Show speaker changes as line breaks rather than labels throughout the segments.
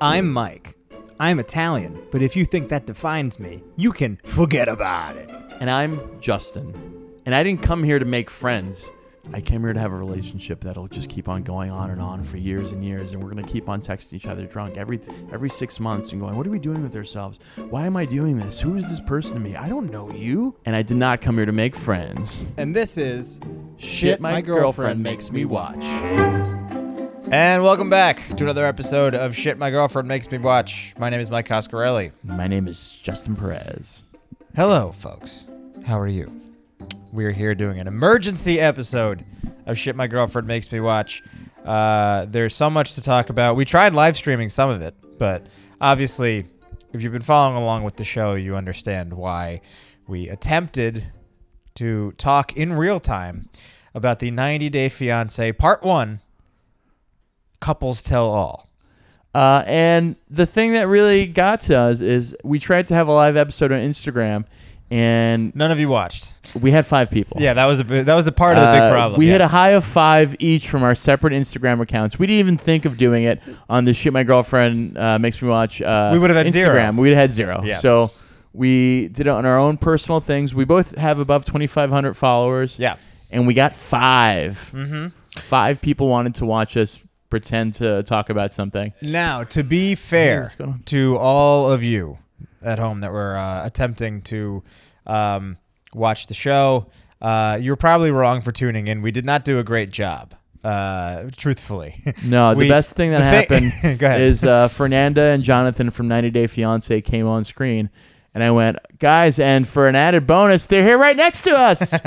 I'm Mike. I'm Italian, but if you think that defines me, you can forget about it.
And I'm Justin. And I didn't come here to make friends. I came here to have a relationship that'll just keep on going on and on for years and years, and we're gonna keep on texting each other drunk every every six months and going, "What are we doing with ourselves? Why am I doing this? Who is this person to me? I don't know you." And I did not come here to make friends.
And this is
Shit, my, girlfriend, makes me watch.
And welcome back to another episode of Shit My Girlfriend Makes Me Watch. My name is Mike Coscarelli.
My name is Justin Perez.
Hello, folks. How are you? We're here doing an emergency episode of Shit My Girlfriend Makes Me Watch. Uh, there's so much to talk about. We tried live streaming some of it, but obviously, if you've been following along with the show, you understand why we attempted to talk in real time about the 90 Day Fiancé Part 1 Couples Tell All.
Uh, and the thing that really got to us is we tried to have a live episode on Instagram, and
None of you watched.
we had five people.
Yeah, that was a bi- that was a part of the
Uh,
big problem.
We had a
yes.
high of five each from our separate Instagram accounts. We didn't even think of doing it on the shit my girlfriend uh, makes me watch. Uh,
We would've had
Instagram.
zero.
We'd had zero.
Yeah.
So we did it on our own personal things. We both have above twenty five hundred followers.
yeah.
and we got 5
Mm-hmm.
Five people wanted to watch us pretend to talk about something.
Now, to be
Hey,
fair
what's going on?
to all of you at home that were uh, attempting to um, watch the show, uh, you're probably wrong for tuning in. We did not do a great job, uh, truthfully.
No,
We-
the best thing that
the thing-
happened
Go ahead.
is uh, Fernanda and Jonathan from 90 Day Fiance came on screen, and I went, guys, and for an added bonus, they're here right next to us.
it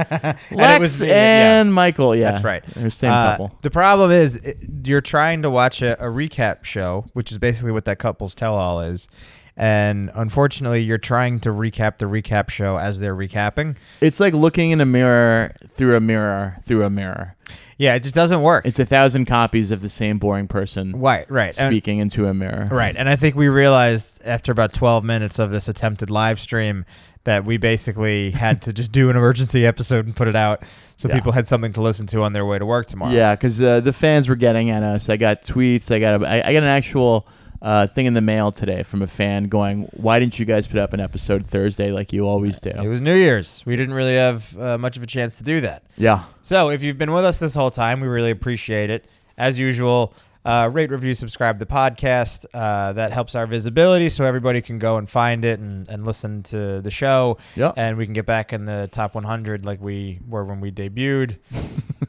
Lex
was me, yeah.
and Michael. Yeah,
That's right.
They're the same
Uh,
couple.
The problem is it, you're trying to watch a, a recap show, which is basically what that couple's tell-all is, and unfortunately, you're trying to recap the recap show as they're recapping.
It's like looking in a mirror through a mirror through a mirror.
Yeah, it just doesn't work.
It's a thousand copies of the same boring person
right, right, and-
speaking into a mirror.
right. And I think we realized after about 12 minutes of this attempted live stream that we basically had to just do an emergency episode and put it out so
Yeah.
people had something to listen to on their way to work tomorrow.
Yeah, because uh, the fans were getting at us. I got tweets. I got a, I, I got an actual uh, thing in the mail today from a fan going, "Why didn't you guys put up an episode Thursday like you always
It
do?"
was New Year's. We didn't really have uh, much of a chance to do that.
Yeah,
So if you've been with us this whole time, we really appreciate it. As usual, uh, rate, review, subscribe to the podcast. Uh, that helps our visibility so everybody can go and find it and, and listen to the show.
Yep.
And we can get back in the top 100 like we were when we debuted.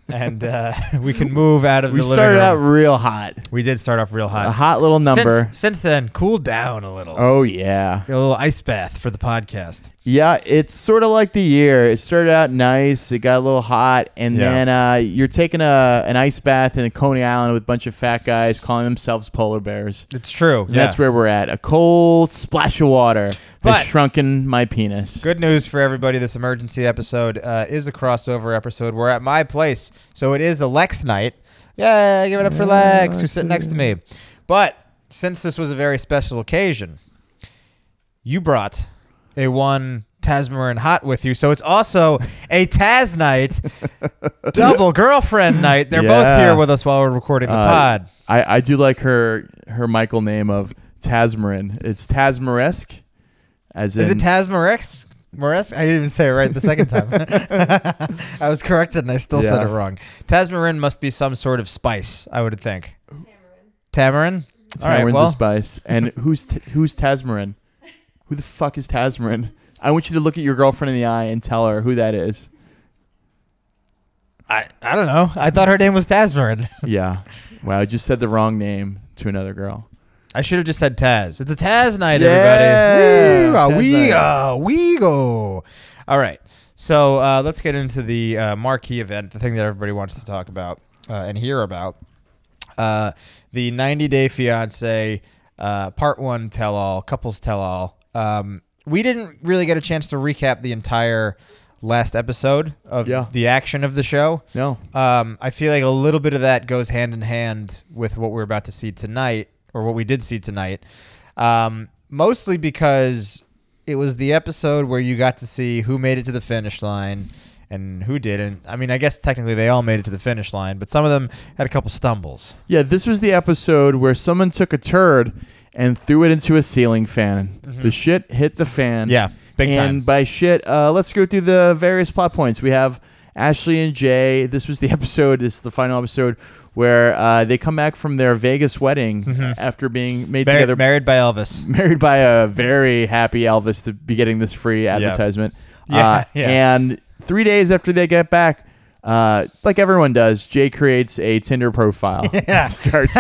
and uh, we can move out of
we
the living
started out
room.
real hot,
We did start off real hot.
a hot little number.
Since, since then, cool down a little.
Oh yeah,
A little ice bath for the podcast.
yeah. It's sort of like the year. It started out nice. It got a little hot, and
Yeah.
then uh, you're taking a an ice bath in Coney Island with a bunch of fat guys calling themselves polar bears.
It's true.
And That's where we're at. A cold splash of water
But-
has shrunken my penis.
Good news for everybody. This emergency episode uh, is a crossover episode. We're at my place, so it is a Lex night. Yeah, give it up for Lex, who's sitting next to me. But since this was a very special occasion, you brought a one Tasmarin hot with you, so it's also a Taz night, double girlfriend night. They're both
Yeah.
here with us while we're recording the
Uh,
pod.
I, I do like her her Michael name of Tasmarin. It's Tasmaresque, as
Is
in
it Tasmarex? Moresk? I didn't even say it right the second time. I was corrected and I still said
Yeah.
it wrong. Tasmarin must be some sort of spice, I would think. Tamarin.
Tamarin's
All right,
a
well,
spice. And who's t- who's Tasmarin? Who the fuck is Tasmarin? I want you to look at your girlfriend in the eye and tell her who that is.
I, I don't know. I thought her name was Tasmarin.
Yeah. Wow, I just said the wrong name to another girl.
I should have just said Taz. It's a Taz night,
Yeah,
everybody.
Taz
We,
night.
uh, we go. All right. So uh, let's get into the uh, marquee event, the thing that everybody wants to talk about uh, and hear about. Uh, the 90 Day Fiance uh, Part 1 Tell All, Couples Tell All. Um, we didn't really get a chance to recap the entire last episode of
Yeah.
the action of the show.
No.
Um, I feel like a little bit of that goes hand in hand with what we're about to see tonight, or what we did see tonight. Um, mostly because it was the episode where you got to see who made it to the finish line and who didn't. I mean, I guess technically they all made it to the finish line, but some of them had a couple stumbles.
Yeah, this was the episode where someone took a turd and threw it into a ceiling fan. The shit hit the fan.
Mm-hmm. Yeah, big
and
time.
by shit, uh, let's go through the various plot points. We have Ashley and Jay. This was the episode. This is the final episode where uh, they come back from their Vegas wedding after being made
Mm-hmm. Mar-
together,
married by Elvis.
married by a very happy Elvis to be getting this free advertisement.
Yeah,
Uh,
yeah.
And three days after they get back. Uh, like everyone does, Jay creates a Tinder profile. Yeah. starts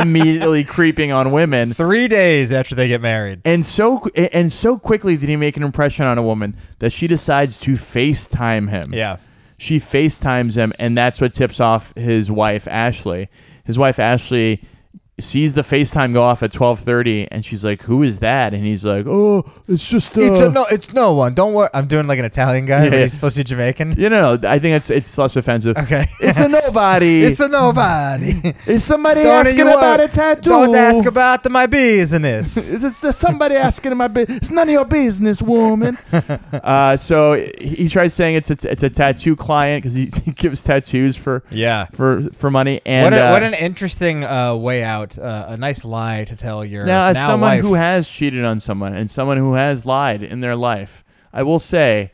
immediately creeping on women
Three days after they get married.
and so and so quickly did he make an impression on a woman that she decides to FaceTime him.
Yeah.
She FaceTimes him and that's what tips off his wife Ashley. His wife Ashley sees the FaceTime go off at 12:30 and she's like, "Who is that?" and he's like, "Oh, it's just uh,
It's a, no, it's no one. Don't worry. I'm doing like an Italian guy, but
Yeah.
he's supposed to be Jamaican.
You know, I think it's it's less offensive.
Okay.
It's a nobody.
It's a nobody.
is somebody
Don't
asking
you
about
worry.
a tattoo?
Don't ask about the, my business.
Is this- is somebody asking my business? It's none of your business, woman. uh, so he he tries saying it's a, it's a tattoo client because he, he gives tattoos for
yeah.
for for money. And
what, a,
uh,
what an interesting uh, way out. Uh, a nice lie to tell your
now,
now,
as someone
wife.
who has cheated on someone and someone who has lied in their life, I will say.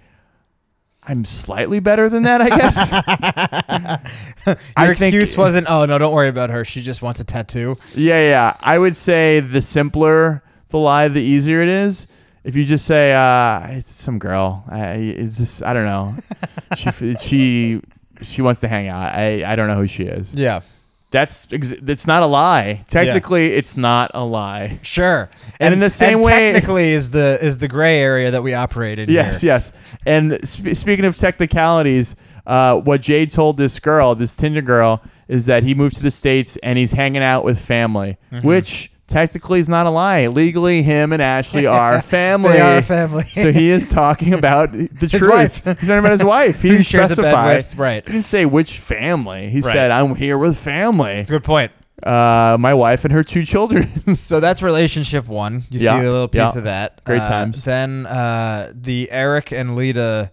I'm slightly better than that, I guess.
your
I think-
excuse wasn't, oh no, don't worry about her. She just wants a tattoo.
yeah, yeah. I would say the simpler the lie, the easier it is. If you just say uh, it's some girl, I, it's just I don't know. she she she wants to hang out. I I don't know who she is.
Yeah,
That's ex- it's not a lie. Technically, it's not a lie.
sure.
And in the same way-
technically, is the is the gray area that we operate in.
Yes,
here.
yes. And sp- speaking of technicalities, uh, what Jay told this girl, this Tinder girl, is that he moved to the states and he's hanging out with family,
Mm-hmm.
which technically is not a lie. Legally, him and Ashley are family.
they are family.
so he is talking about the
His
truth.
wife.
He's talking about his wife. He
Who
didn't
shares a bed
specify.
with? Right.
He didn't say which family. He
Right.
said, "I'm here with family.
It's a good point.
Uh, my wife and her two children."
So that's relationship one. You
Yeah,
see a little piece
yeah.
of that.
Great
Uh,
times.
Then uh, the Eric and Lita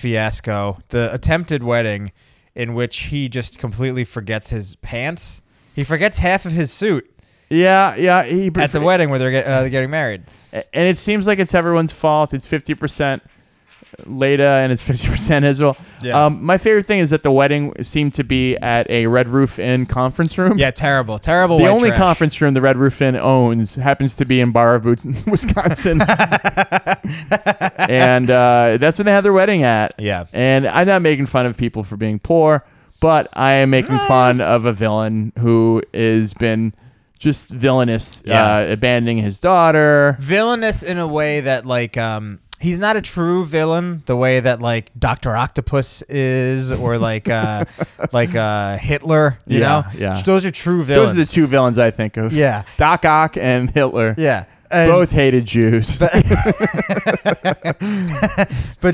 fiasco, the attempted wedding, in which he just completely forgets his pants. He forgets half of his suit
yeah, yeah. He
at the wedding where they're get, uh, getting married.
and it seems like it's everyone's fault. It's fifty percent Leda and it's fifty percent Israel.
Yeah.
Um, my favorite thing is that the wedding seemed to be at a Red Roof Inn conference room.
Yeah, terrible, terrible.
The
white
only
trash.
conference room the Red Roof Inn owns happens to be in Bar of Boots, Wisconsin, and uh, that's when they had their wedding at.
Yeah.
And I'm not making fun of people for being poor, but I am making
Ah.
fun of a villain who has been just villainous,
Yeah.
uh, abandoning his daughter.
villainous in a way that like um he's not a true villain the way that like Doctor Octopus is or like uh like uh Hitler. You
Yeah,
know,
yeah.
Those are true villains.
Those are the two villains I think of.
Yeah.
Doc Ock and Hitler.
Yeah. And-
Both hated Jews.
But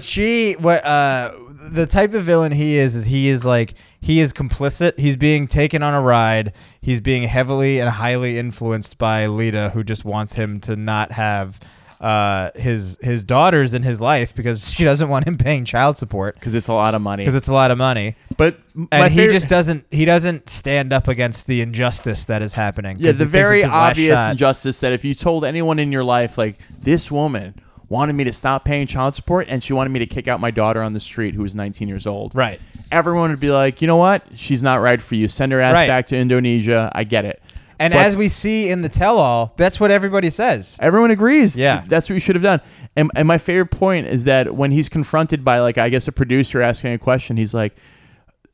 she, what, uh, the type of villain he is, is he is like, he is complicit. He's being taken on a ride. He's being heavily and highly influenced by Lita, who just wants him to not have uh his his daughters in his life because she doesn't want him paying child support
Because it's a lot of money.
because it's a lot of money
But m- my
and he
favorite-
just doesn't he doesn't stand up against the injustice that is happening
yeah,
'cause
the
he thinks
very
it's his last
obvious
shot.
injustice that if you told anyone in your life, like this woman wanted me to stop paying child support and she wanted me to kick out my daughter on the street who was 19 years old.
Right.
Everyone would be like, you know what? She's not right for you. Send her ass
Right.
back to Indonesia. I get it.
and
But-
as we see in the tell-all that's what everybody says
Everyone agrees.
Yeah.
that's what you should have done. And, and my favorite point is that when he's confronted by like I guess a producer asking a question, he's like,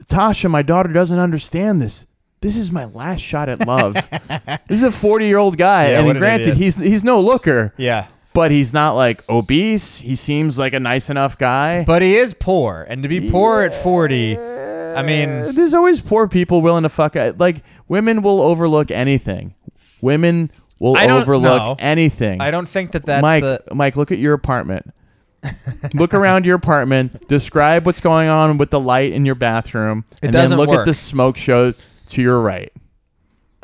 "Tasha, my daughter doesn't understand this. This is my last shot at love. this is a forty-year-old guy,
Yeah, what
and
an
granted,
idiot.
he's he's no looker,
yeah
but he's not like obese. He seems like a nice enough guy.
But he is poor, and to be poor at forty, I mean,
Uh, There's always poor people willing to fuck. Like women will overlook anything. Women will
I don't
overlook
know.
anything.
I don't think that that's
Mike,
the
Mike, look at your apartment. look around your apartment. Describe what's going on with the light in your bathroom,
It
and
doesn't
then look at
work.
the smoke show to your right.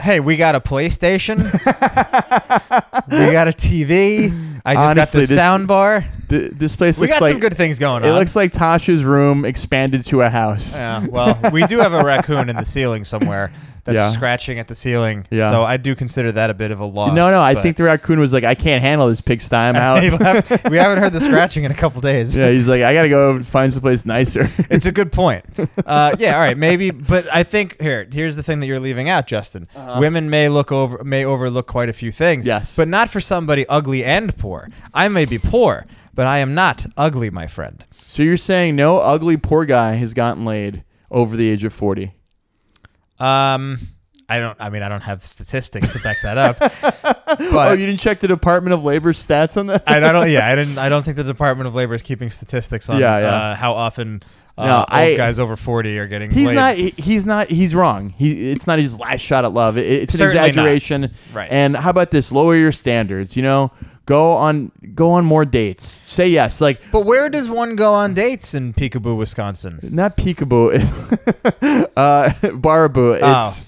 hey. We got a PlayStation, we got a TV. I just got
Honestly,
the
this-
sound bar.
Th- this place
We
looks
got
like
some good things going
it
on.
looks like Tasha's room expanded to a house.
yeah, well, we do have a raccoon in the ceiling somewhere that's
Yeah.
scratching at the ceiling.
Yeah.
So I do consider that a bit of a loss.
no, no. I
but-
think the raccoon was like, I can't handle this pigsty. I'm
He
out.
left. we haven't heard the scratching in a couple days.
yeah, he's like, I gotta go find someplace nicer.
It's a good point. Uh, yeah, all right, maybe, but I think here, here's the thing that you're leaving out, Justin. Women may look over, may overlook quite a few things.
Yes.
but not for somebody ugly and poor. I may be poor, but I am not ugly, my friend.
so you're saying no ugly poor guy has gotten laid over the age of forty?
Um, I don't. I mean, I don't have statistics to back that up. but
oh, you didn't check the Department of Labor stats on that?
I, I don't. Yeah, I didn't. I don't think the Department of Labor is keeping statistics on
Yeah, yeah.
Uh, how often uh,
No,
old
I-
guys over forty are getting.
He's
laid.
not. he- He's not. He's wrong. He. It's not his last shot at love. It- It's an
Certainly not.
exaggeration.
Right.
And how about this? Lower your standards. You know, go on. Go on more dates. Say yes. Like
But where does one go on dates in Peekaboo, Wisconsin?
not peekaboo. uh, baraboo.
Oh.
It's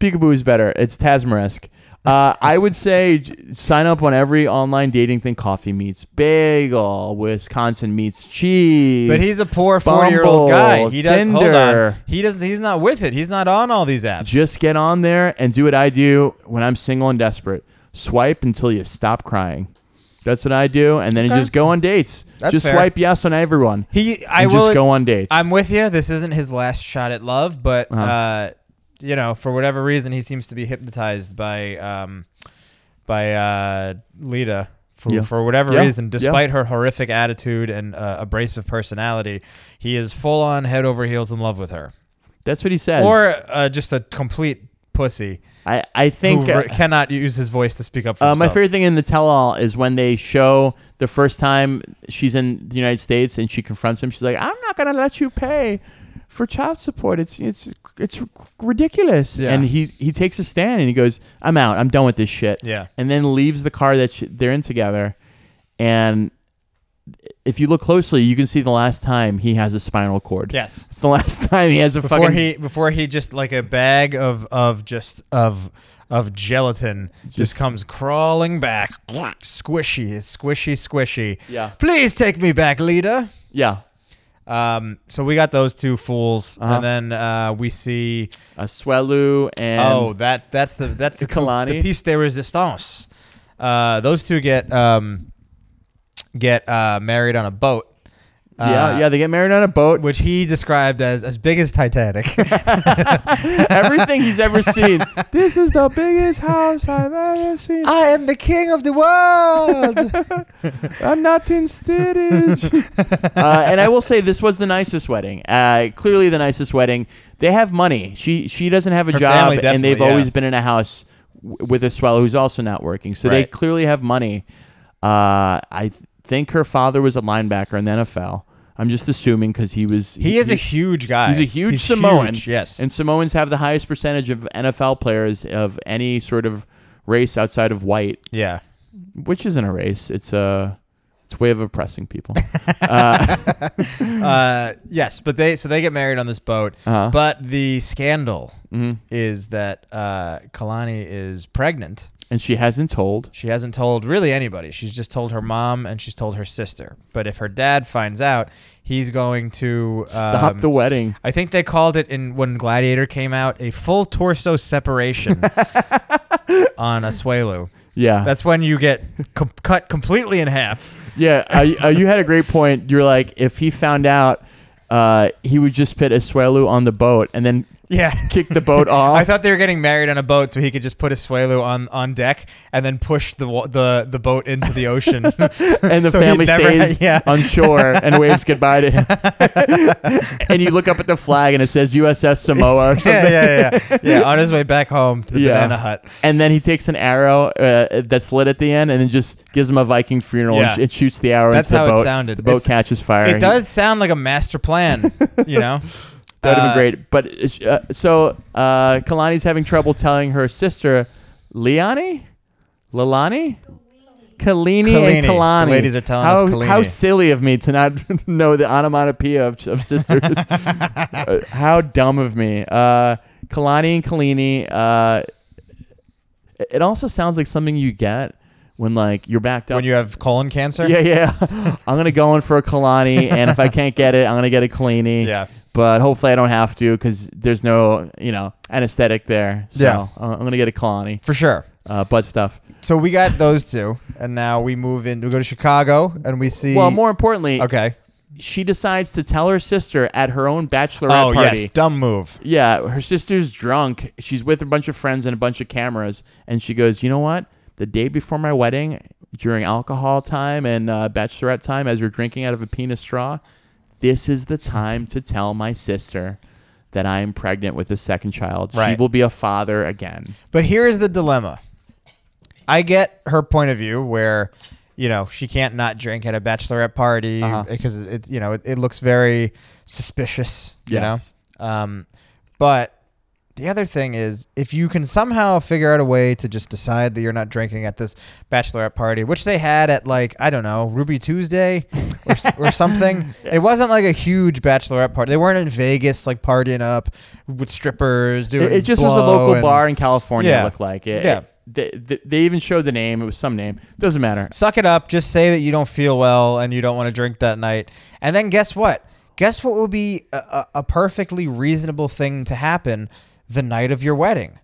peekaboo is better. It's Tasmaresque. Uh, I would say j- sign up on every online dating thing. Coffee meets bagel. Wisconsin meets cheese.
But he's a poor forty-year-old
Bumble,
guy. He doesn't. Hold on.
Tinder.
He doesn't. He's not with it. He's not on all these apps.
Just get on there and do what I do when I'm single and desperate. Swipe until you stop crying. That's what I do, and then
Okay.
just go on dates.
That's
just
fair.
swipe yes on everyone.
he. I
And
will.
just go on dates.
I'm with you. This isn't his last shot at love, but
Uh-huh.
uh, you know, for whatever reason, he seems to be hypnotized by um, by uh, Lita. For,
Yeah.
for whatever
Yeah.
reason,
Yeah.
despite her horrific attitude and uh, abrasive personality, he is full on head over heels in love with her,
That's what he says.
or uh, just a complete pussy
I, I think
who
uh,
re- cannot use his voice to speak up for
uh, my
himself.
favorite thing in the tell-all is when they show the first time she's in the United States and she confronts him. She's like, "I'm not gonna let you pay for child support. It's it's it's ridiculous."
Yeah.
And he he takes a stand and he goes, "I'm out. I'm done with this shit."
yeah,
and then leaves the car that sh they're in together. And if you look closely, you can see the last time he has a spinal cord.
yes.
It's the last time he has a
before
fucking.
he before he just like a bag of of just of of gelatin just,
Just-
comes crawling back squishy squishy squishy
yeah.
please take me back leader
Yeah.
um so we got those two fools
Uh-huh.
and then uh we see
A Swelu and
oh that that's the that's the, coup- the
Kalani.
piece de resistance uh those two get um get uh married on a boat
yeah,
Uh,
yeah. They get married on a boat.
which he described as as big as titanic
Everything he's ever seen. this is the biggest house I've ever seen.
i am the king of the world
I'm not in stitch. uh, and I will say this was the nicest wedding. Uh, clearly the nicest wedding. They have money. She she doesn't have a
Her
job,
family
and they've
definitely, yeah.
always been in a house w- with a swell who's also not working. So they
Right.
clearly have money. Uh, I th- think her father was a linebacker in the NFL. I'm just assuming because he was.
He is a huge guy.
He's a huge Samoan.
huge, yes.
And Samoans have the highest percentage of NFL players of any sort of race outside of white
yeah.
which isn't a race. It's a it's a way of oppressing people. uh,
Uh, yes, but they so they get married on this boat.
Uh-huh.
But the scandal
mhm.
is that uh, Kalani is pregnant.
And she hasn't told.
She hasn't told really anybody. She's just told her mom and she's told her sister. But if her dad finds out, he's going to
Stop
um,
the wedding.
I think they called it in when Gladiator came out a full torso separation on Asuelu.
Yeah,
That's when you get com- cut completely in half.
yeah. Uh, uh, you had a great point. You're like, if he found out, uh, he would just pit Asuelu on the boat and then
Yeah.
kick the boat off.
I thought they were getting married on a boat, so he could just put a swallow on, on deck and then push the wa- the the boat into the ocean.
and the
so he'd
family
never
stays
had- yeah.
on shore and waves goodbye to him. and you look up at the flag and it says USS Samoa or something.
yeah, yeah, yeah, yeah. On his way back home to the
Yeah.
banana hut.
and then he takes an arrow uh, that's lit at the end and then just gives him a Viking funeral and,
Yeah.
sh- and shoots the arrow
That's
into the
how it
boat.
sounded.
The boat
It's-
catches fire.
It
and
does sound like a master plan, you know.
He, that would have
Uh,
been great. But it's, uh, so uh, Kalani's having trouble telling her sister, Liani? Lalani? Kalini, and
Kalini.
Kalani.
The ladies are telling
how,
us Kalini.
How silly of me to not know the onomatopoeia of, of sisters. Uh, how dumb of me. Uh, Kalani and Kalini. Uh, it also sounds like something you get when like you're backed up.
When you have colon cancer.
yeah, yeah. I'm gonna go in for a Kalani, and if I can't get it, I'm gonna get a Kalini.
Yeah.
But hopefully, I don't have to because there's no, you know, anesthetic there. So
Yeah.
uh, I'm gonna get a colony,
for sure.
uh, butt stuff.
So we got those two, and now we move in. We go to Chicago, and we see.
Well, more importantly,
Okay.
she decides to tell her sister at her own bachelorette
Oh
party.
yes, dumb move.
Yeah, her sister's drunk. She's with a bunch of friends and a bunch of cameras, and she goes, "You know what? The day before my wedding, during alcohol time and uh, bachelorette time, as you're drinking out of a penis straw, this is the time to tell my sister that I am pregnant with a second child. She
Right.
will be a father again."
But here is the dilemma. I get her point of view where, you know, she can't not drink at a bachelorette party
Uh-huh.
because it's you know it, it looks very suspicious. You
Yes.
know. Um, but the other thing is if you can somehow figure out a way to just decide that you're not drinking at this bachelorette party, which they had at like I don't know Ruby Tuesday or, s- or something. It wasn't like a huge bachelorette party. They weren't in Vegas like partying up with strippers doing.
It, it just was a
blow
local
and-
bar in California.
Yeah.
It looked like it.
Yeah.
It- they, they- they even showed the name. It was some name. Doesn't matter.
suck it up. Just say that you don't feel well and you don't want to drink that night. And then guess what? Guess what would be a, a, a perfectly reasonable thing to happen the night of your wedding?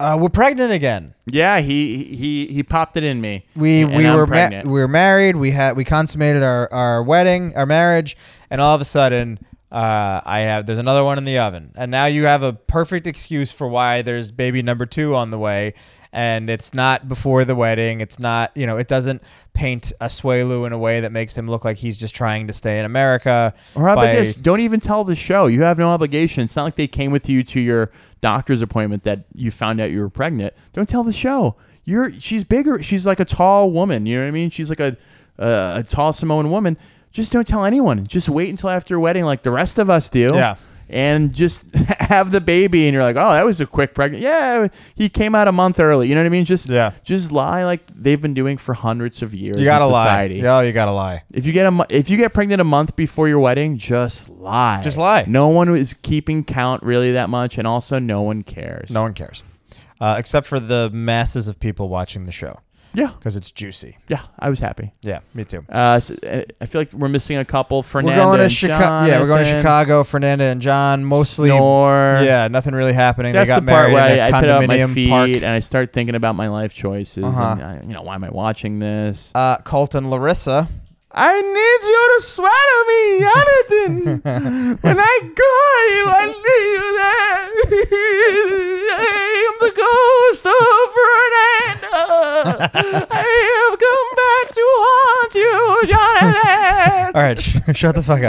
Uh, we're pregnant again.
Yeah, he he he popped it in me.
We
and
we
I'm
were ma-
pregnant.
we were married. We had we consummated our, our wedding, our marriage, and all of a sudden, uh, I have there's another one in the oven, and now you have a perfect excuse for why there's baby number two on the way, and it's not before the wedding. It's not you know it doesn't paint Asuelu in a way that makes him look like he's just trying to stay in America.
Or how about
by-
this? Don't even tell the show. You have no obligation. It's not like they came with you to your doctor's appointment that you found out you were pregnant. Don't tell the show. You're she's bigger. She's like a tall woman. You know what I mean? She's like a uh, a tall Samoan woman. Just don't tell anyone. Just wait until after your wedding, like the rest of us do.
Yeah.
And just have the baby, and you're like, oh, that was a quick pregnant. Yeah, he came out a month early. You know what I mean? Just
Yeah.
just lie like they've been doing for hundreds of years.
You gotta
in
lie.
society.
Yeah, you gotta lie.
If you get a mo- if you get pregnant a month before your wedding, just lie.
Just lie.
No one is keeping count really that much, and also no one cares.
No one cares, uh, except for the masses of people watching the show
Yeah,
because it's juicy.
yeah. I was happy.
Yeah, me too.
Uh, so, uh, I feel like we're missing a couple. Fernanda.
we're going to
and
Chicago. Yeah, we're going to
Jonathan.
Chicago. Fernanda and John mostly.
Snore.
Yeah, nothing really happening.
That's
they got
the
married
part where
in a
I, I put up my
condominium
feet
park.
and I start thinking about my life choices.
Uh-huh.
And I, you know, why am I watching this?
Uh, Colt and Larissa.
I need you to swallow me, Jonathan. when I call you, I need you there. I am the ghost of Fernando. I have come back to haunt you, Jonathan.
All right, sh- shut the fuck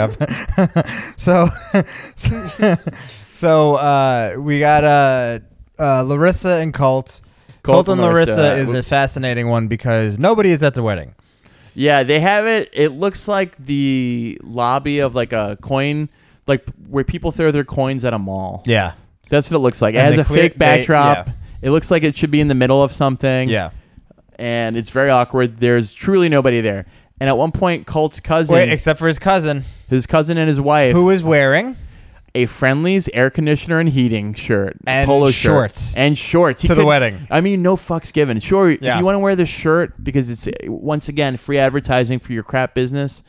up. so, so uh, we got uh, uh, Larissa and Colt. Colt, and Larissa, is a fascinating one because nobody is at the wedding.
Yeah, they have it. It looks like the lobby of like a coin, like where people throw their coins at a mall.
Yeah,
That's what it looks like. It
And
has
they
a
clear-
fake
they-
backdrop.
yeah.
It looks like it should be in the middle of something.
yeah.
And it's very awkward. There's truly nobody there. And at one point, Colt's cousin,
Wait, except for his cousin,
his cousin and his wife,
who is wearing
a Friendly's air conditioner and heating shirt,
And
polo
shorts.
shirt, and shorts He
to the
couldn't-
wedding.
I mean, no fucks given. Sure,
Yeah.
if you want to wear the shirt because it's once again free advertising for your crap business,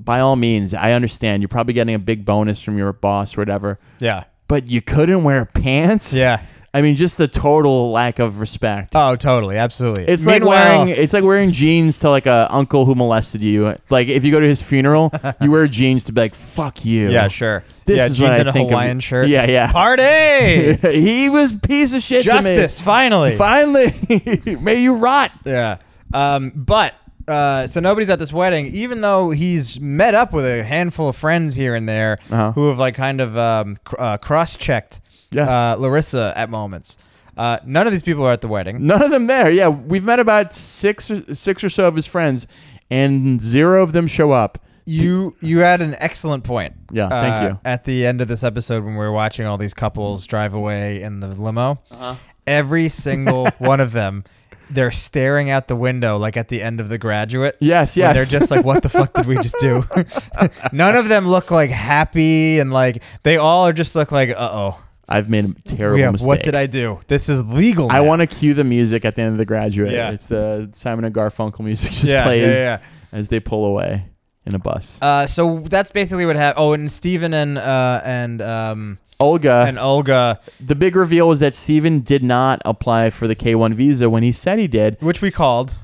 by all means, I understand. You're probably getting a big bonus from your boss or whatever,
Yeah,
but you couldn't wear pants.
yeah.
I mean, just the total lack of respect.
Oh, totally, absolutely.
It's
Meanwhile-
like wearing it's like wearing jeans to like a uncle who molested you. Like if you go to his funeral, you wear jeans to be like fuck you.
Yeah, sure.
This
yeah,
is
jeans
what I
and a
think of
Hawaiian
you.
shirt.
Yeah, yeah.
Party!
he was a piece of shit.
Justice,
to
finally.
me. finally, may you rot.
yeah. Um, but uh, so nobody's at this wedding, even though he's met up with a handful of friends here and there
Uh-huh.
who have like kind of um, cr- uh, cross-checked
Yes.
uh, Larissa at moments. Uh, none of these people are at the wedding.
None of them there. Yeah, we've met about six or, six or so of his friends, and zero of them show up.
You you had an excellent point. uh,
Yeah, thank you.
At the end of this episode, when we were watching all these couples drive away in the limo, every single one of them, they're staring out the window like at the end of The Graduate.
Yes,
where
yes.
They're just like, what the fuck did we just do? None of them look like happy and like they all are just look like, uh oh.
I've made a terrible
Yeah,
mistake.
what did I do? This is legal.
I
now.
want to cue the music at the end of The Graduate.
Yeah.
It's the Simon and Garfunkel music just
yeah,
plays
yeah, yeah.
as they pull away. in a bus.
Uh, so that's basically what happened. Oh, and Steven and uh, and um,
Olga,
and Olga,
the big reveal was that Steven did not apply for the K1 visa when he said he did.
which we called.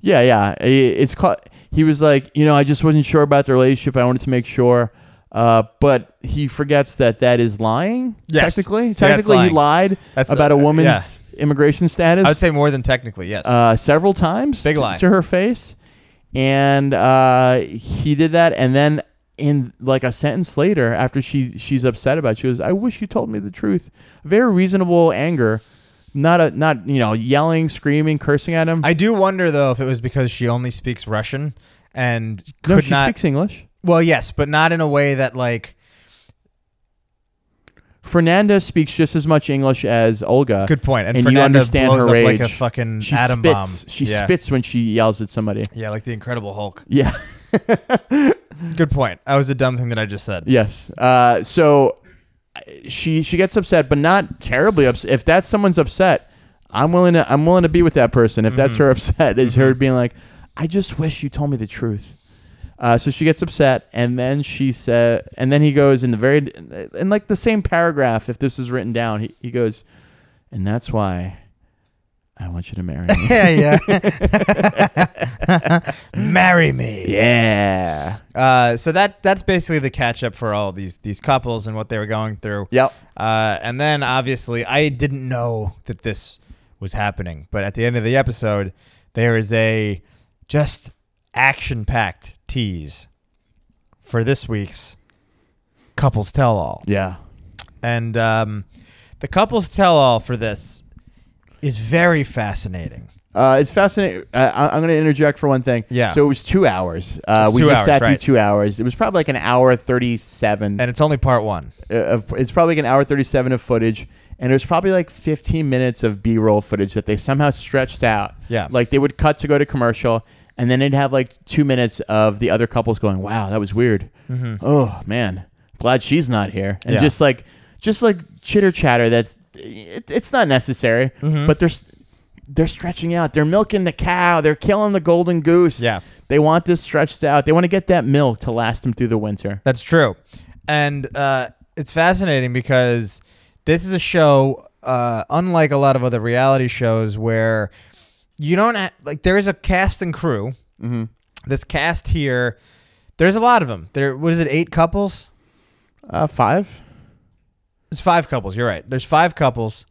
Yeah, yeah. I- It's called. He was like, you know, I just wasn't sure about the relationship. I wanted to make sure. Uh, but he forgets that that is lying.
Yes.
Technically,
Yeah, it's
technically,
lying.
he lied
That's
about a
uh,
woman's
yeah.
immigration status
I would say more than technically. Yes.
uh, several times
Big
t-
lie.
to her face, and uh, he did that. And then in like a sentence later, after she she's upset about, it, she goes, "I wish you told me the truth." Very reasonable anger, not a not you know yelling, screaming, cursing at him.
I do wonder though if it was because she only speaks Russian and could
no, she
not.
speaks English.
well, yes, but not in a way that like
Fernanda speaks just as much English as Olga.
good point. And,
Uh, And you
Fernanda
understand
blows
her
up like a
rage.
fucking
she
atom
spits.
bomb.
She
yeah.
spits when she yells at somebody.
Yeah, like the Incredible Hulk.
Yeah.
Good point. That was a dumb thing that I just said.
Yes. Uh, so I- she she gets upset, but not terribly upset. If that's someone's upset, I'm willing to I'm willing to be with that person. If that's her upset, is her being like, I just wish you told me the truth. Uh, so she gets upset, and then she said, and uh, then he goes in the very in like the same paragraph. If this is written down, he, he goes, and that's why I want you to marry me.
Yeah, yeah. Marry me.
yeah.
Uh, so that that's basically the catch up for all these these couples and what they were going through.
Yep.
Uh, and then obviously I didn't know that this was happening, but at the end of the episode, there is a just action packed tease for this week's couples tell all,
Yeah.
and um, the couples tell all for this is very fascinating.
Uh, it's fascinating. Uh, I- I'm going to interject for one thing.
Yeah.
So it was two hours. Uh,
It's
we
two
just
hours,
sat through
right.
two hours. It was probably like an hour thirty-seven.
And it's only part one.
uh, of, it's probably like an hour thirty-seven of footage, and it was probably like fifteen minutes of B-roll footage that they somehow stretched out.
Yeah.
Like they would cut to go to commercial, and then they'd have like two minutes of the other couples going, "Wow, that was weird. Oh man, glad she's not here."
Mm-hmm.
And
Yeah.
just like, just like chitter chatter. That's it, it's not necessary, but there's they're stretching out. They're milking the cow. They're killing the golden goose.
Yeah.
They want this stretched out. They want to get that milk to last them through the winter.
That's true. And uh, it's fascinating because this is a show, uh, unlike a lot of other reality shows, where you don't ha- like there is a cast and crew. Mm-hmm. This cast here, there's a lot of them. There was it eight couples?
Uh, five.
It's five couples. You're right. There's five couples.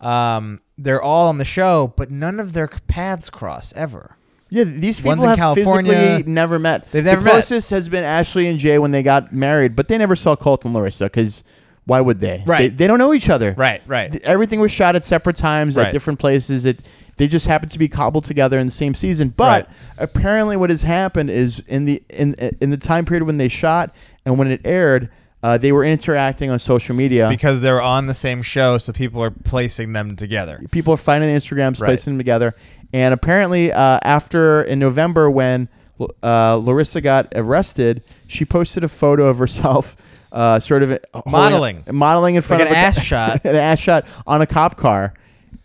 Um, they're all on the show, but none of their paths cross ever.
Yeah, these people
One's in
have
California.
physically never met.
They've never
the
met.
closest has been Ashley and Jay when they got married, but they never saw Colt and Larissa because why would they?
Right.
They, they don't know each other.
Right. Right.
Th- Everything was shot at separate times
Right.
at different places. It they just happened to be cobbled together in the same season. But
Right.
apparently, what has happened is in the in in the time period when they shot and when it aired, uh, they were interacting on social media.
Because they're on the same show, so people are placing them together.
people are finding Instagrams,
Right.
placing them together. And apparently, uh, after in November, when uh, Larissa got arrested, she posted a photo of herself, uh, sort of holding-
Modeling.
modeling in front
Like
of
an
a-
ass shot.
an ass shot on a cop car,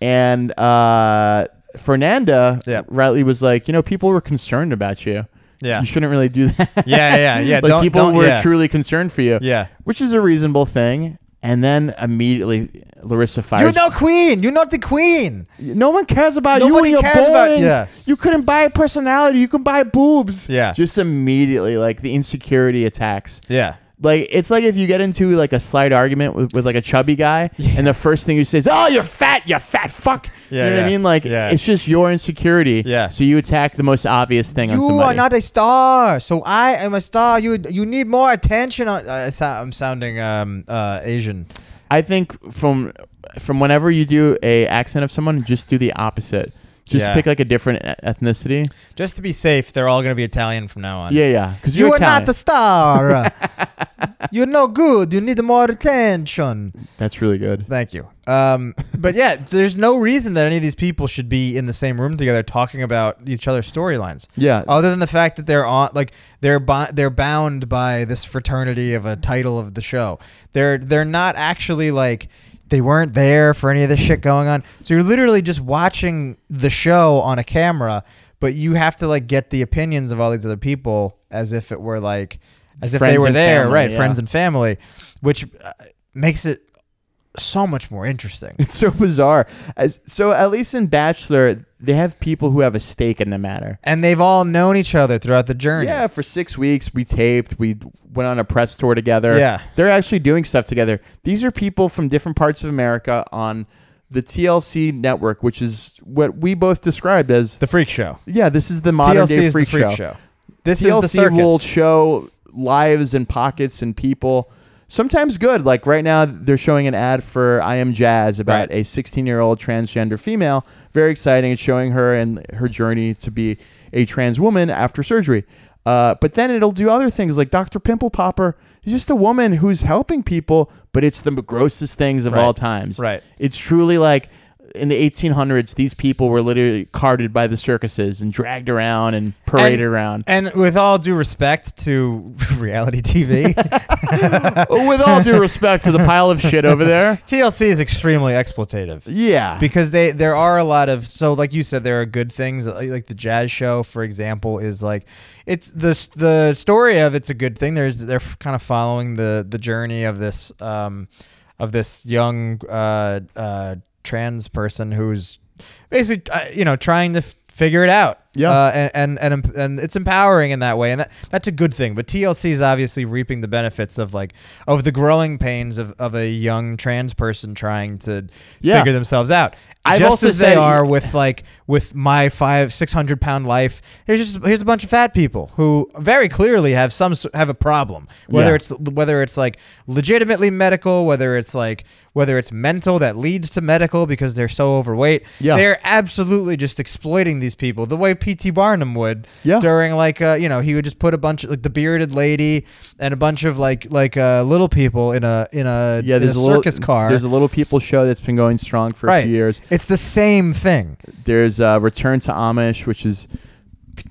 and uh, Fernanda
Yeah.
rightly was like, you know, people were concerned about you.
Yeah.
you shouldn't really do that.
Yeah, yeah, yeah.
like
Don't-
people
don't-
were
yeah.
truly concerned for you.
Yeah.
which is a reasonable thing. And then immediately, Larissa fires.
You're no queen. You're not the queen.
No one cares about
Nobody
you and your
cares about-
boring.
yeah.
You couldn't buy personality. You can buy boobs.
Yeah.
Just immediately, like the insecurity attacks.
Yeah.
Like it's like if you get into like a slight argument with, with like a chubby guy, and the first thing you say is, "Oh, you're fat, you fat fuck."
Yeah,
you know what
yeah.
I mean? Like
Yeah.
it's just your insecurity.
Yeah.
So you attack the most obvious thing on
You
somebody.
are not a star, so I am a star. You you need more attention. On, uh, I sou- I'm sounding um, uh, Asian.
I think from from whenever you do a accent of someone, just do the opposite. Just
Yeah.
pick like a different e- ethnicity.
Just to be safe, they're all gonna be Italian from now on.
Yeah, yeah. Because
you
you're
are
Italian.
not a star. You're no good. You need more attention.
That's really good.
Thank you. Um, but yeah, there's no reason that any of these people should be in the same room together talking about each other's storylines.
Yeah.
other than the fact that they're on like they're bo- they're bound by this fraternity of a title of the show they're they're not actually like They weren't there for any of this shit going on. So you're literally just watching the show on a camera, but you have to like get the opinions of all these other people as if it were like as if they
Friends
were
and
there,
family,
right?
yeah.
Friends and family, which uh, makes it so much more interesting.
It's so bizarre. As, so at least in Bachelor, they have people who have a stake in the matter.
And they've all known each other throughout the journey.
Yeah, for six weeks we taped. We went on a press tour together.
Yeah.
they're actually doing stuff together. These are people from different parts of America on the TLC network, which is what we both described as.
The freak show.
yeah, this is the modern
TLC
day
is
freak,
the freak show.
show.
This
TLC
is the circus.
will show lives and pockets and people. Sometimes good. Like right now, they're showing an ad for I Am Jazz about
Right.
a 16 year old transgender female. Very exciting. It's showing her and her journey to be a trans woman after surgery. Uh, but then it'll do other things like Dr. Pimple Popper. He's just a woman who's helping people, but it's the grossest things of
Right.
all times.
Right.
It's truly like in the 1800s, these people were literally carted by the circuses and dragged around and paraded
And-
around.
And with all due respect to reality TV,
With all due respect to the pile of shit over there.
TLC is extremely exploitative
Yeah.
because they there are a lot of so like you said there are good things uh, like the jazz show for example is like it's the the story of it's a good thing there's they're kind of following the the journey of this um of this young uh uh trans person who's basically uh, you know trying to f- figure it out
Yeah.
uh, and and and, em- and it's empowering in that way, and that, that's a good thing. But TLC is obviously reaping the benefits of like of the growing pains of, of a young trans person trying to
Yeah.
figure themselves out.
I've
just
also
as they
said-
are with like with my five six hundred pound life, there's just here's a bunch of fat people who very clearly have some s- have a problem. Whether
Yeah.
it's whether it's like legitimately medical, whether it's like whether it's mental that leads to medical because they're so overweight.
Yeah.
they're absolutely just exploiting these people the way P.T. Barnum would
Yeah.
during like uh, you know he would just put a bunch of like the bearded lady and a bunch of like like uh, little people in a in a
Yeah,
in
there's a,
a
little
circus car.
There's a little people show that's been going strong for a
right,
few years.
it's the same thing.
There's uh, Return to Amish, which is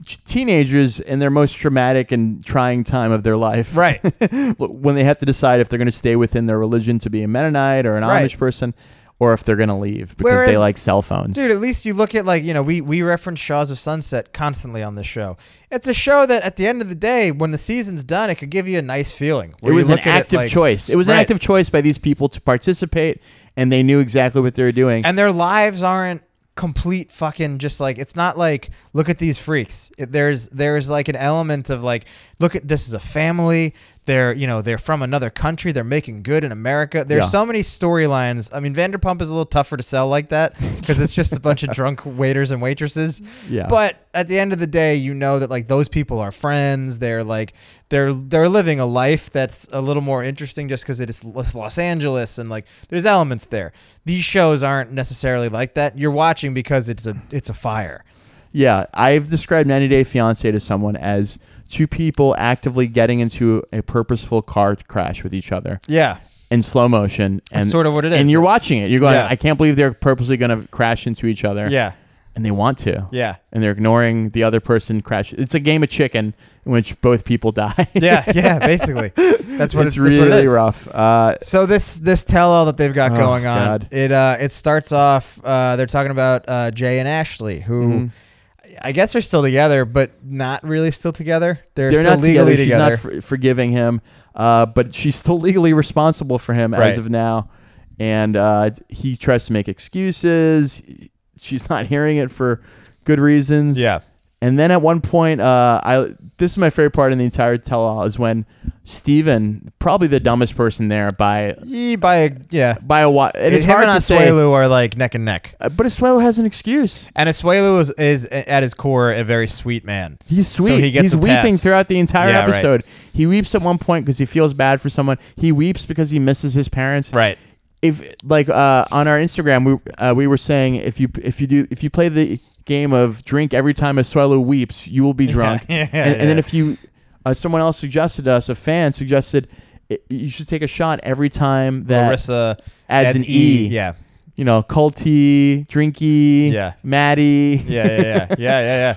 t- teenagers in their most traumatic and trying time of their life.
Right.
when they have to decide if they're going to stay within their religion to be a Mennonite or an
Right.
Amish person, or if they're going to leave because they
Whereas-
like cell phones.
Dude, at least you look at like you know we we reference Shaws of Sunset constantly on this show. It's a show that at the end of the day, when the season's done, it could give you a nice feeling.
it
where you
was an
look at
active
like-
choice. It was an
Right.
active choice by these people to participate, and they knew exactly what they were doing.
and their lives aren't complete fucking just like it's not like look at these freaks It- there's there's like an element of like look at this is a family they're you know they're from another country they're making good in america there's
Yeah.
so many storylines i mean vanderpump is a little tougher to sell like that because it's just a bunch of drunk waiters and waitresses
Yeah.
but at the end of the day you know that like those people are friends they're like they're they're living a life that's a little more interesting just because it is Los Los Angeles and like there's elements there these shows aren't necessarily like that you're watching because it's a it's a fire
Yeah, I've described 90 Day Fiance to someone as two people actively getting into a purposeful car crash with each other
yeah
in slow motion. And
That's sort of what it
And
is.
you're watching it. You're going,
Yeah.
I can't believe they're purposely going to crash into each other.
yeah
And they want to.
yeah
And they're ignoring the other person crash. It's a game of chicken in which both people die.
yeah yeah basically that's what
it's
it's, that's what it
really
is.
rough. Uh,
So this this tell all that they've got
Oh,
going on,
God.
it uh, it starts off. Uh, they're talking about uh, Jay and Ashley, who
Mm-hmm.
I guess are still together, but not really still together. They're,
they're
still
not
legally
together.
together.
She's not for- forgiving him, uh, but she's still legally responsible for him
Right.
as of now. And uh, he tries to make excuses. She's not hearing it for good reasons.
yeah,
And then at one point, uh, I this is my favorite part in the entire tell-all is when Steven, probably the dumbest person there by
Ye, by a, yeah.
by a while, and it's
him
hard
and
to say.
Asuelu are like neck and neck.
Uh, But Asuelo has an excuse.
And Asuelu is, is at his core a very sweet man.
He's
So
sweet.
he gets
He's
a
weeping
pass.
throughout the entire
Yeah, right.
episode. He weeps at one point because he feels bad for someone. He weeps because he misses his parents.
Right.
if like uh, on our Instagram, we uh, we were saying if you if you do if you play the game of drink every time a swallow weeps, you will be drunk.
yeah,
and, and then
yeah.
if you uh, someone else suggested us, a fan suggested i you should take a shot every time that
Marissa
adds an E.
Yeah.
you know, culty, drinky,
Yeah.
Maddie.
Yeah. Yeah. Yeah. yeah. Yeah. Yeah.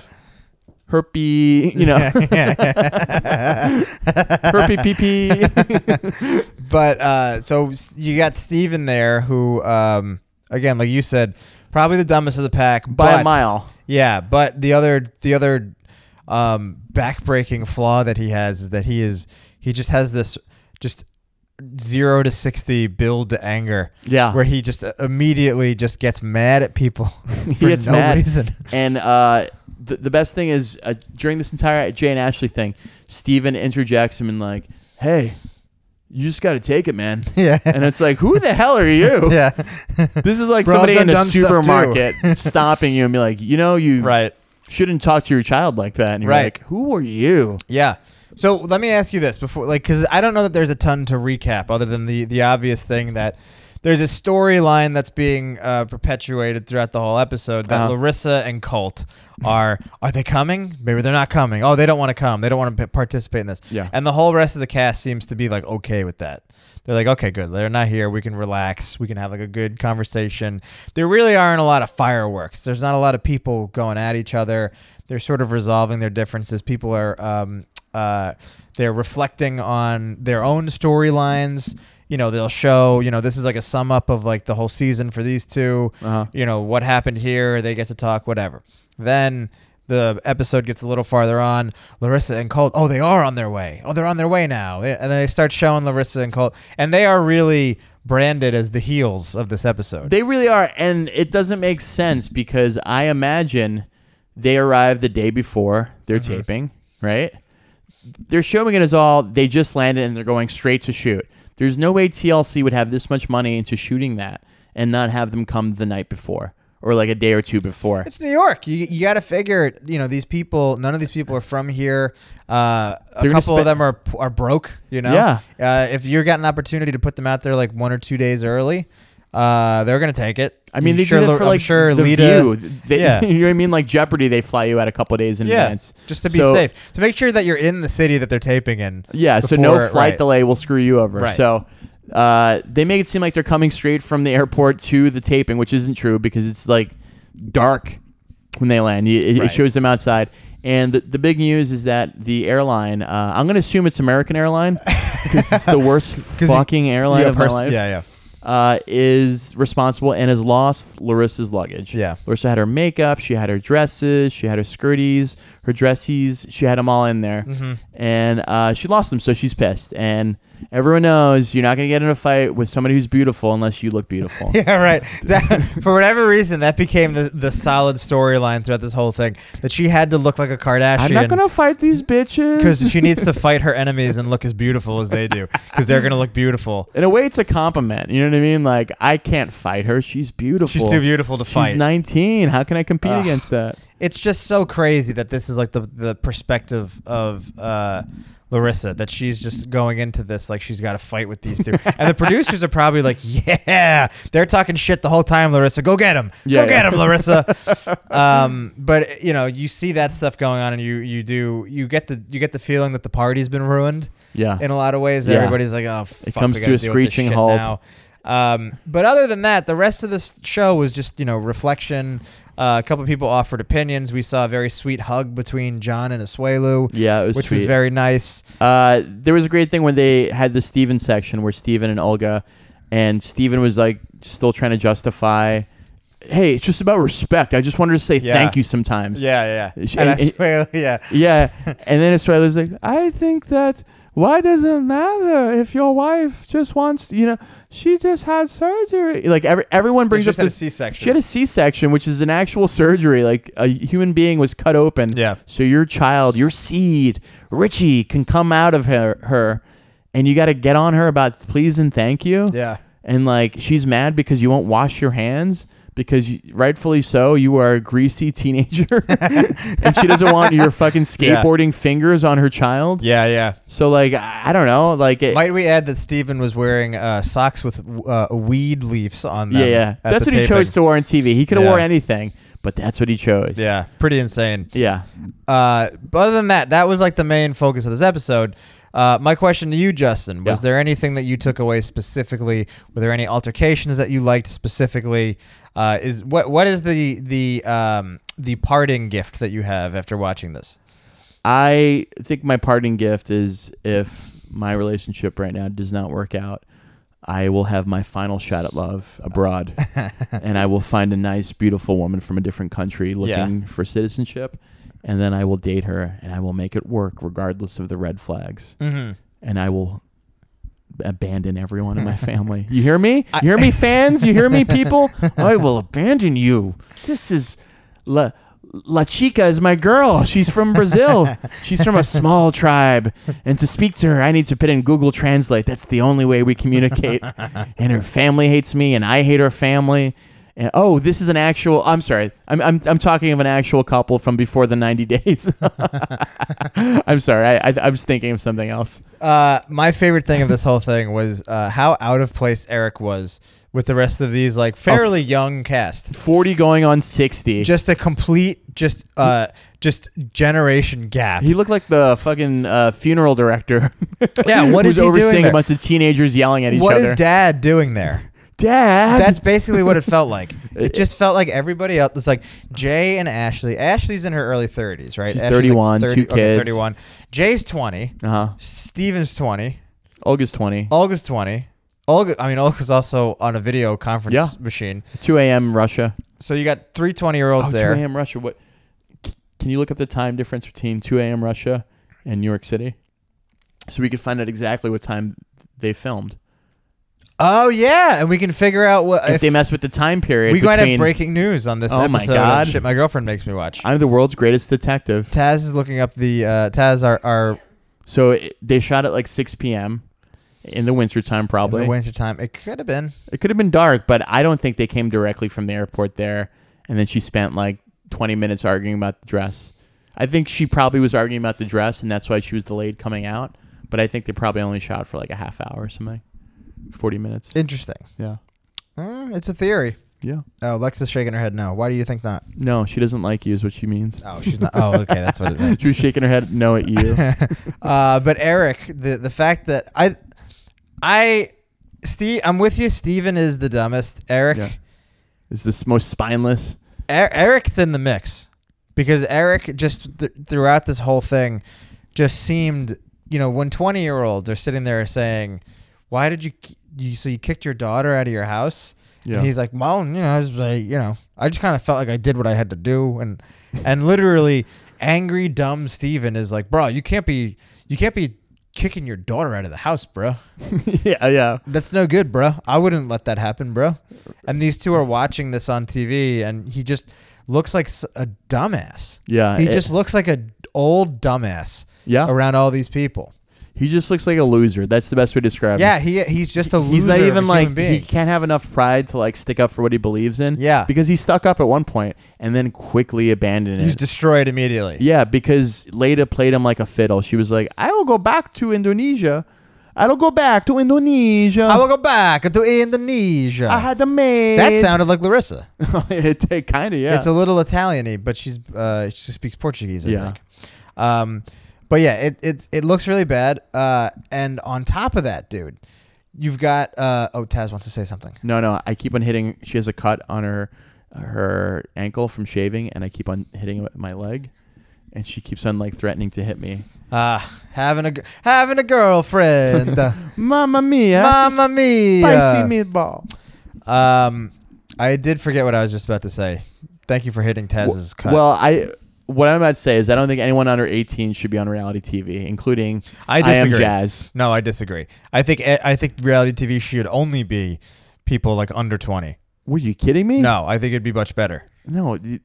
herpy, you know, herpy pee pee.
But uh, so s- you got Steven there, who, um, again, like you said, probably the dumbest of the pack
by
but-
a mile.
Yeah, but the other the other um, backbreaking flaw that he has is that he is he just has this just zero to sixty build to anger,
Yeah,
where he just uh, immediately just gets mad at people for
gets
no
mad.
reason.
and uh, the the best thing is uh, during this entire Jay and Ashley thing, Steven interjects him and like, "Hey, you just got to take it, man."
yeah,
And it's like, "Who the hell are you?"
yeah,
This is like
Bro, I've
somebody
done
in a
dumb stuff too.
supermarket stopping you and be like, "You know, you
right,
shouldn't talk to your child like that." And you're
Right.
like, "Who are you?"
yeah. So let me ask you this before, like, because I don't know that there's a ton to recap other than the the obvious thing that. There's a storyline that's being uh, perpetuated throughout the whole episode that
Uh-huh.
Larissa and Colt are are they coming? Maybe they're not coming. Oh, they don't want to come. They don't want to participate in this.
Yeah.
And the whole rest of the cast seems to be like okay with that. They're like, okay, good. They're not here. We can relax. We can have like a good conversation. There really aren't a lot of fireworks. There's not a lot of people going at each other. They're sort of resolving their differences. People are, um, uh, they're reflecting on their own storylines. You know, they'll show, you know, this is like a sum up of like the whole season for these two
Uh-huh.
you know what happened here they get to talk whatever then the episode gets a little farther on larissa and colt oh they are on their way oh they're on their way now and then they start showing larissa and colt and they are really branded as the heels of this episode
They really are, and it doesn't make sense because I imagine they arrive the day before they're
Mm-hmm.
taping, right? They're showing it as all they just landed and they're going straight to shoot. There's no way TLC would have this much money into shooting that and not have them come the night before or like a day or two before.
it's new york you, you gotta figure you know these people none of these people are from here uh, a
They're gonna
couple of
spend-
them are, are broke you know
Yeah.
uh, if you got an opportunity to put them out there like one or two days early uh, they're gonna take it
I mean,
I'm
they
sure
do that
Lo-
for
I'm
like
sure
the
Lita,
view. They-
yeah.
you know what I mean? Like Jeopardy, they fly you out a couple days in advance.
Just to be
So-
safe. To make sure that you're in the city that they're taping in.
Yeah, so
before-
no flight
right.
delay will screw you over.
Right.
So uh, they make it seem like they're coming straight from the airport to the taping, which isn't true because it's like dark when they land. You- It, it
Right.
shows them outside. And the, the big news is that the airline, uh, I'm going to assume it's American Airline because it's the worst
'Cause
fucking airline
Yeah,
of my
pers-
life,
yeah, yeah.
uh, is responsible and has lost Larissa's luggage.
Yeah.
Larissa had her makeup, she had her dresses, she had her skirties, her dressies, she had them all in there
Mm-hmm.
and uh, she lost them, so she's pissed. And everyone knows you're not gonna get in a fight with somebody who's beautiful unless you look beautiful.
Yeah, right. That- for whatever reason, that became the, the solid storyline throughout this whole thing that she had to look like a Kardashian.
I'm not gonna fight these bitches.
because she needs to fight her enemies and look as beautiful as they do, because they're gonna look beautiful.
in a way, it's a compliment. You know what I mean? Like I can't fight her. She's beautiful.
She's too beautiful to fight.
She's 19. How can I compete
Ugh.
against that?
it's just so crazy that this is like the the perspective of uh, Larissa that she's just going into this like she's got to fight with these two, and the producers are probably like, yeah, they're talking shit the whole time. Larissa, go get him,
Yeah,
go
yeah.
get him, Larissa. um, but you know, you see that stuff going on, and you you do you get the you get the feeling that the party's been ruined
Yeah.
in a lot of ways.
Yeah.
Everybody's like, oh, fuck,
It comes
we gotta
to a
deal with this
screeching
shit
halt.
now. Um, but other than that, the rest of this show was just you know reflection. Uh, a couple of people offered opinions. We saw a very sweet hug between John and Asuelu,
yeah, it was
which
sweet.
was very nice.
Uh, there was a great thing when they had the Steven section where Steven and Olga and Steven was like still trying to justify, hey, it's just about respect. I just wanted to say
Yeah.
thank you sometimes.
Yeah, yeah,
She-
and
and-
Asuelu, yeah.
Yeah, and then Australia's like, I think that why does it matter if your wife just wants, you know, she just had surgery. Like every, everyone brings up
just had a
this.
C-section.
She had a C-section, which is an actual surgery. Like a human being was cut open.
Yeah.
So your child, your seed, Richie, can come out of her, her and you got to get on her about please and thank you.
yeah.
And like she's mad because you won't wash your hands because you, rightfully so you are a greasy teenager and she doesn't want your fucking
Yeah.
skateboarding fingers on her child.
Yeah, yeah.
So like I I don't know, like it,
Might we add that Steven was wearing uh, socks with uh, weed leaves on them?
yeah, yeah.
at
That's
the
what he
taping.
chose to wear on TV. He could have
Yeah.
wore anything, but that's what he chose.
Yeah, pretty insane.
Yeah.
Uh, but other than that, that was like the main focus of this episode. Uh, my question to you, Justin, was
Yeah.
there anything that you took away specifically? Were there any altercations that you liked specifically? Uh, is what what is the the um, the parting gift that you have after watching this?
I think my parting gift is if my relationship right now does not work out, I will have my final shot at love abroad, and I will find a nice, beautiful woman from a different country looking for citizenship, and then I will date her, and I will make it work regardless of the red flags,
Mm-hmm.
and I will abandon everyone in my family. You hear me? You hear me, fans? You hear me, people? I will abandon you. This is la. La Chica is my girl. She's from Brazil. She's from a small tribe. And to speak to her, I need to put in Google Translate. That's the only way we communicate. And her family hates me, and I hate her family. And, oh, this is an actual. I'm sorry. I'm, I'm, I'm talking of an actual couple from before the 90 days. I'm sorry. I, I, I was thinking of something else.
Uh, my favorite thing of this whole thing was uh, how out of place Eric was with the rest of these like fairly young cast.
40 going on 60.
Just a complete just uh just generation gap.
he looked like the fucking uh, funeral director.
Yeah, what is
Who's
he doing
overseeing
there?
a bunch of teenagers yelling at each
What
other.
is Dad doing there?
Dad?
That's basically what it felt like. It just felt like everybody else. It's like Jay and Ashley. Ashley's in her early 30s, right?
She's
Ashley's
31, two kids.
31. Jay's 20.
uh huh.
Steven's 20.
Olga's 20.
Olga's 20. Olga, I mean, Olga's also on a video conference
Yeah.
machine.
2 a.m. Russia.
So you got three 20 year olds
Oh, 2
there.
a.m. Russia. What? c- Can you look up the time difference between 2 a.m. Russia and New York City? So we could find out exactly what time they filmed.
Oh, yeah. And we can figure out what.
Uh, If,
If
they mess with the time period,
we might have
between-
breaking news on this
Oh, my
episode. of
God.
Shit, my girlfriend makes me watch.
I'm the world's greatest detective.
Taz is looking up the. Uh, Taz, our, our
So it, they shot at like 6 p.m. in the winter time,
in
probably.
the winter time. It could have been.
It could have been dark, but I don't think they came directly from the airport there. And then she spent like 20 minutes arguing about the dress. I think she probably was arguing about the dress, and that's why she was delayed coming out. But I think they probably only shot for like a half hour or something, 40 minutes.
Interesting.
yeah.
Mm, it's a theory.
Yeah.
Oh, Lexa's shaking her head no. Why do you think not?
No, she doesn't like you, is what she means.
Oh, she's not. Oh, okay, that's what it meant.
She was shaking her head no at you.
Uh, but Eric, the the fact that I, I, Steve, I'm with you. Steven is the dumbest. Eric,
Yeah. Is this most spineless?
Er- Eric's in the mix because Eric just th- throughout this whole thing just seemed, you know, when 20 year olds are sitting there saying, "Why did you, ki- you so you kicked your daughter out of your house?"
Yeah.
And he's like, "Well, you know, I was like, you know, I just kind of felt like I did what I had to do." And and literally angry dumb Steven is like, "Bro, you can't be you can't be kicking your daughter out of the house, bro."
yeah, yeah.
That's no good, bro. I wouldn't let that happen, bro. And these two are watching this on TV, and he just looks like s- a dumbass.
Yeah.
He
it-
just looks like an old dumbass
yeah.
around all these people.
He just looks like a loser. That's the best way to describe him.
Yeah, he he's just a loser.
he's not
of a
even
human
like he
being.
can't have enough pride to like stick up for what he believes in.
Yeah.
because he stuck up at one point and then quickly abandoned
he's
it.
destroyed immediately.
yeah, because Leda played him like a fiddle. She was like, "I will go back to Indonesia. I will go back to Indonesia.
I
I,
will go back to Indonesia.
had the maid."
that sounded like Larissa.
it, kind of yeah.
It's a little Italian-y, but she's uh, she speaks Portuguese. I
Yeah.
think. Um, but yeah, it, it it looks really bad. Uh, and on top of that, dude, you've got uh, oh Taz wants to say something.
no, no. I keep on hitting. She has a cut on her her ankle from shaving, and I keep on hitting it with my leg, and she keeps on like threatening to hit me.
Ah, having a gir- having a girlfriend,
Mamma mia,
Mamma mia.
spicy meatball.
Um, I did forget what I was just about to say. Thank you for hitting Taz's cut.
Well, I what I'm about to say is I don't think anyone under 18 should be on reality TV, including
I
am
disagree.
Jazz.
no, I disagree. I think eh, I think reality TV should only be people like under twenty.
Were you kidding me?
No, I think it'd be much better.
no. You,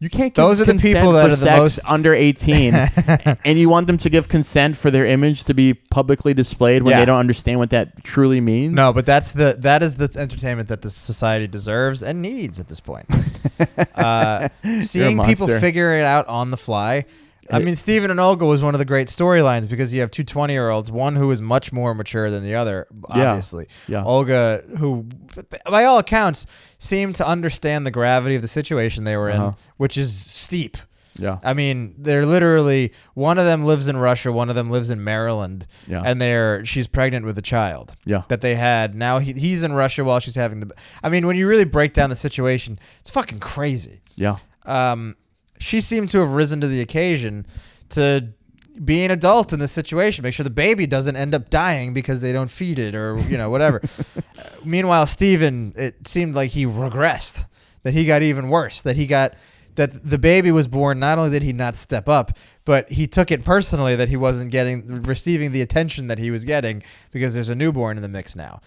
you can't. Give
Those are the
consent
people that
for
are the
sex
most-
under 18, and you want them to give consent for their image to be publicly displayed when
Yeah.
they don't understand what that truly means.
No, but that's the that is the entertainment that the society deserves and needs at this point. uh, seeing people
monster.
figure it out on the fly. I
It-
mean, Stephen and Olga was one of the great storylines because you have two 20 year olds, one who is much more mature than the other,
Yeah.
obviously.
Yeah.
Olga, who, by all accounts, seemed to understand the gravity of the situation they were
Uh-huh.
in, which is steep.
Yeah.
I mean, they're literally one of them lives in Russia, one of them lives in Maryland,
Yeah.
and they're she's pregnant with a child.
Yeah.
that they had. Now he, he's in Russia while she's having the. I mean, when you really break down the situation, it's fucking crazy.
Yeah.
Um, she seemed to have risen to the occasion to be an adult in this situation, make sure the baby doesn't end up dying because they don't feed it or you know whatever. Uh, Meanwhile, Steven, it seemed like he regressed. That he got even worse. That he got that the baby was born. Not only did he not step up, but he took it personally that he wasn't getting receiving the attention that he was getting because there's a newborn in the mix now.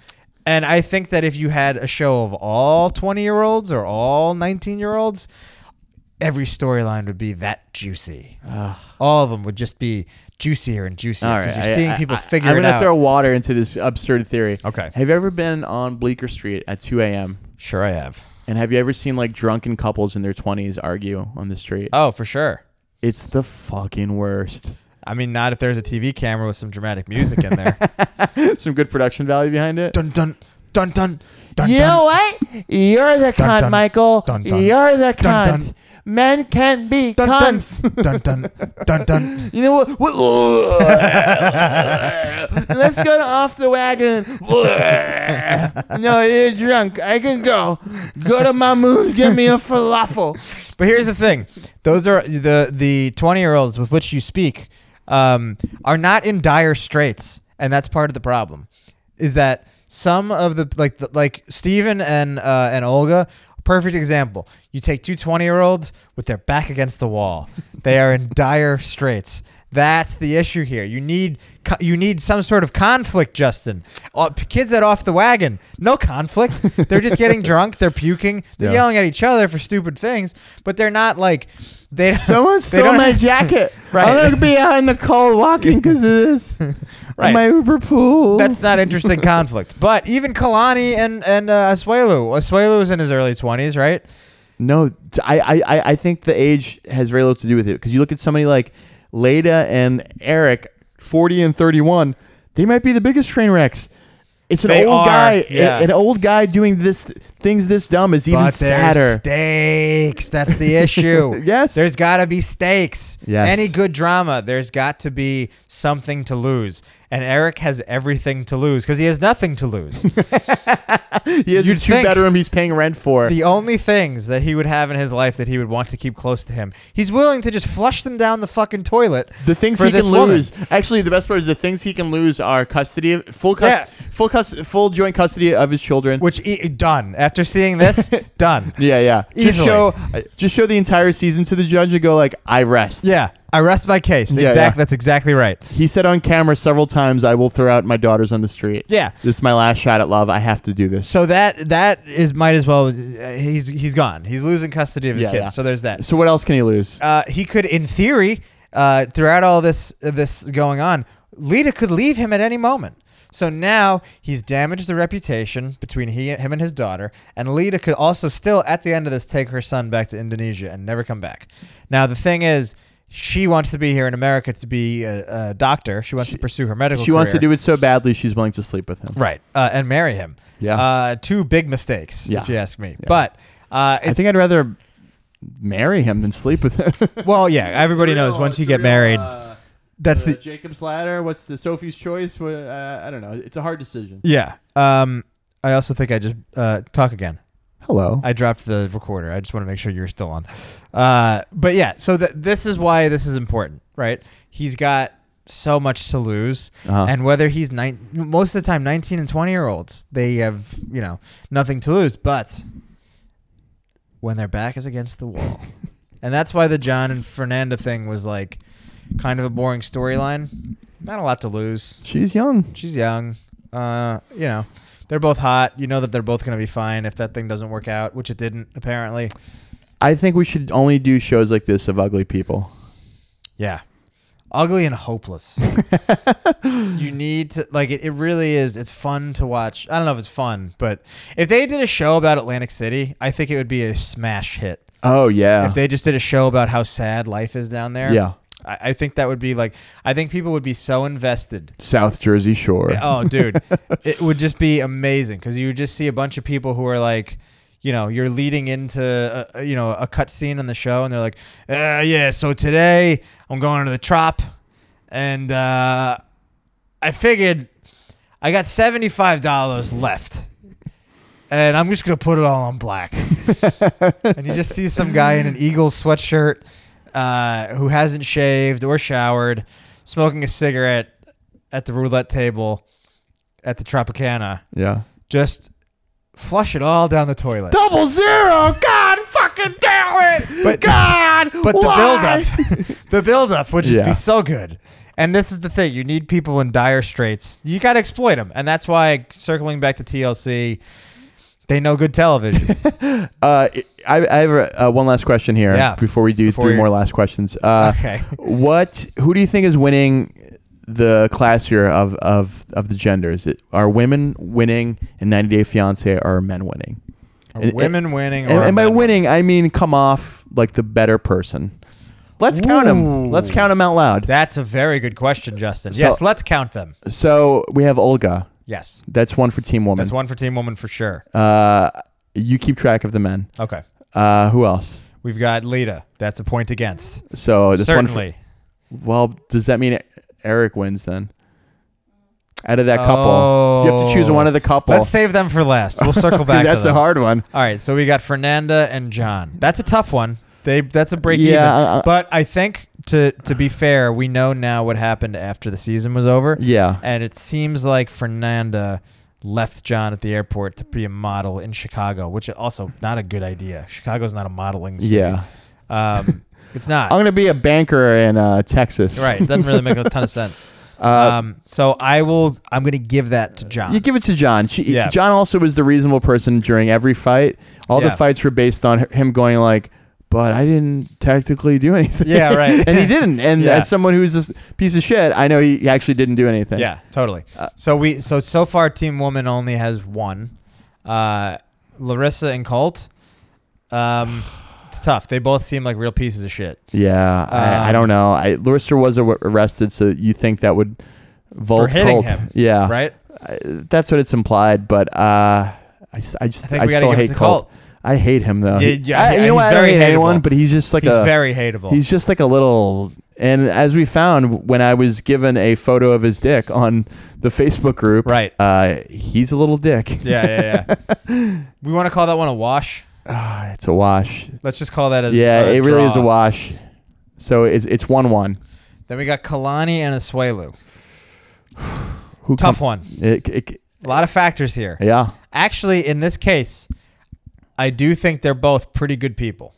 And I think that if you had a show of all 20 year olds or all 19 year olds, every storyline would be that juicy. All of them would just be juicier and juicier
All
because
right.
you're
I-
seeing
I-
people
I-
figure
I'm
it
gonna
out.
throw water into this absurd theory.
okay,
Have you ever been on Bleecker Street at 2 a.m.
sure I have.
and have you ever seen like drunken couples in their 20s argue on the street?
Oh, for sure.
It's the fucking worst.
I mean, not if there's a TV camera with some dramatic music in there.
Some good production value behind it.
Dun dun dun dun dun.
you know what? You're the
Dun,
cunt,
dun.
Michael.
Dun, dun.
You're the
Dun,
cunt.
dun.
Men can be
dun, dun,
cunts.
dun dun dun dun.
You know what? what? Let's go to off the wagon. no, you're drunk. I can go. Go to Mahmoud's. Get me a falafel.
but here's the thing: those are the the 20 year olds with which you speak um, are not in dire straits, and that's part of the problem. Is that some of the like the, like Steven and uh, and Olga. Perfect example. You take two 20 year olds with their back against the wall. They are in dire straits. That's the issue here. You need co- you need some sort of conflict, Justin. Uh, p- kids that off the wagon, no conflict. They're just getting drunk. They're puking. They're
Yeah.
yelling at each other for stupid things, but they're not like they.
Someone stole
don't-
my jacket.
Right.
I'm gonna be out in the cold walking because of this.
Right.
My Uber pool.
That's not interesting conflict. But even Kalani and and uh, Asuelu, Asuelu is in his early twenties, right?
No, t- I, I, I- I think the age has very little to do with it because you look at somebody like Leda and Eric, forty and thirty-one, they might be the biggest train wrecks. It's an
They
old
are,
guy, a-
yeah.
an old guy doing this things this dumb is even
but there's
sadder.
stakes. That's the issue.
Yes.
There's got to be stakes.
Yes.
Any good drama, there's got to be something to lose. And Eric has everything to lose because he has nothing to lose.
he has a
you'd think-
two-bedroom he's paying rent for.
the only things that he would have in his life that he would want to keep close to him, he's willing to just flush them down the fucking toilet.
The things
for
he
this
can
woman.
lose. Actually, the best part is the things he can lose are custody, of full cus-
Yeah.
full cus- full joint custody of his children.
Which e- done after seeing this, done.
yeah, yeah. Just
Easily.
show, just show the entire season to the judge and go like, "I rest."
Yeah, I rest my case.
Yeah,
Exactly,
yeah.
that's exactly right.
He said on camera several times, "I will throw out my daughters on the street."
Yeah.
This is my last shot at love. I have to do this.
So that that is might as well. Uh, he's he's gone. He's losing custody of his
Yeah,
kids.
yeah.
So there's that.
So what else can he lose?
Uh, he could, in theory, uh, throughout all this this going on, Lita could leave him at any moment. So now he's damaged the reputation between he him and his daughter, and Lita could also still at the end of this take her son back to Indonesia and never come back. Now the thing is. She wants to be here in America to be a, a doctor. She wants to pursue her medical.
She wants to
career.
do it so badly she's willing to sleep with him.
Right. Uh, and marry him.
Yeah.
Uh, two big mistakes,
Yeah.
if you ask me. But uh,
I
it's,
think I'd rather marry him than sleep with him.
well, yeah, everybody knows once you get married, that's the.
uh, Jacob's ladder. What's the Sophie's choice? uh, I don't know. It's a hard decision.
Yeah. Um, I also think I just uh, talk again.
Hello.
I dropped the recorder. I just want to make sure you're still on. Uh, but yeah, so th- this is why this is important, right? He's got so much to lose,
Uh-huh.
and whether he's nine, most of the time, nineteen and twenty year olds, they have you know nothing to lose. But when their back is against the wall, and that's why the John and Fernanda thing was like kind of a boring storyline. Not a lot to lose.
She's young.
She's young. Uh, you know, they're both hot. You know that they're both gonna be fine if that thing doesn't work out, which it didn't apparently.
I think we should only do shows like this of ugly people.
Yeah, ugly and hopeless. you need to like it. It really is. It's fun to watch. I don't know if it's fun, but if they did a show about Atlantic City, I think it would be a smash hit.
Oh yeah.
If they just did a show about how sad life is down there,
yeah.
I, I think that would be like. I think people would be so invested
South Jersey Shore.
uh, Yeah, Oh, dude, it would just be amazing because you would just see a bunch of people who are like, you know you're leading into a, a- you know a cut scene in the show and they're like uh, yeah so today i'm going to the trop and uh, i figured i got $75 left and i'm just gonna put it all on black and you just see some guy in an eagles sweatshirt uh, who hasn't shaved or showered smoking a cigarette at the roulette table at the tropicana
Yeah.
just flush it all down the toilet
Double zero. God fucking damn it.
But-
God.
But
why?
the build up, the build up would just
Yeah.
be so good. And this is the thing: you need people in dire straits. You got to exploit them, and that's why circling back to TLC, they know good television.
Uh, I, I have uh, one last question here
Yeah.
before we do
Before
three
you-
more last questions. Uh,
okay,
What? Who do you think is winning the class here of of of the genders? It- Are women winning in 90 Day Fiance? Or are men winning?
Are
and-
women winning,
And,
or
and by
men
winning, I mean come off like the better person. Let's count them.
Ooh.
Let's count them out loud.
That's a very good question, Justin.
So-
yes, let's count them.
So we have Olga.
Yes,
That's one for Team Woman.
that's one for Team Woman for sure.
Uh, you keep track of the men.
Okay,
Uh, who else?
we've got Lita. That's a point against.
So this Oh, one. For,
Certainly,
well, does that mean Eric wins then? Out of that couple,
Oh.
you have to choose one of the couple.
let's save them for last. We'll circle back. to
that's a
them.
hard one.
All right, so we got Fernanda and John. That's a tough one. They that's a break
Yeah, uh,
even.
I- I-
but I think to to be fair, we know now what happened after the season was over,
Yeah.
and it seems like Fernanda left John at the airport to be a model in Chicago, which also not a good idea. Chicago's not a modeling city.
Yeah.
um, it's not.
I'm going to be a banker in uh, Texas.
Right, doesn't really make a ton of sense.
Uh,
Um, so I will. I'm going to give that to John.
you give it to John. She,
Um, Yeah.
John also was the reasonable person during every fight. All
Yeah.
the fights were based on him going like, but I didn't technically do anything.
Yeah, right.
and he didn't. And
Yeah.
as someone who's a piece of shit, I know he actually didn't do anything.
Yeah, totally.
Uh,
so we so so far Team Woman only has one. Uh, Larissa and Colt. Um, it's tough. They both seem like real pieces of shit.
Yeah, I, I
Um,
don't know. I Lorister was ar- arrested, so you think that would Volt
hitting
Colt.
him,
Yeah,
Right?
I- that's what it's implied. But uh, I, s- I just
I think
I
we gotta
still
give it
hate
to
Colt.
Colt.
I hate him though.
Yeah,
He-
yeah,
I, you
yeah, he's
know what? I don't
very
hate anyone,
hateable.
but he's just like
He's
a
very hateable.
he's just like a little. And as we found when I was given a photo of his dick on the Facebook group,
Right.
Uh, he's a little dick.
yeah, yeah, yeah. we want to call that one a wash.
Ah, it's a wash.
Let's just call that as
yeah,
a
it really is a
draw.
wash. So it's it's one one.
Then we got Kalani and Asuelu.
Who
Tough
come-
one.
It, it,
A lot of factors here.
yeah.
Actually, in this case, I do think they're both pretty good people.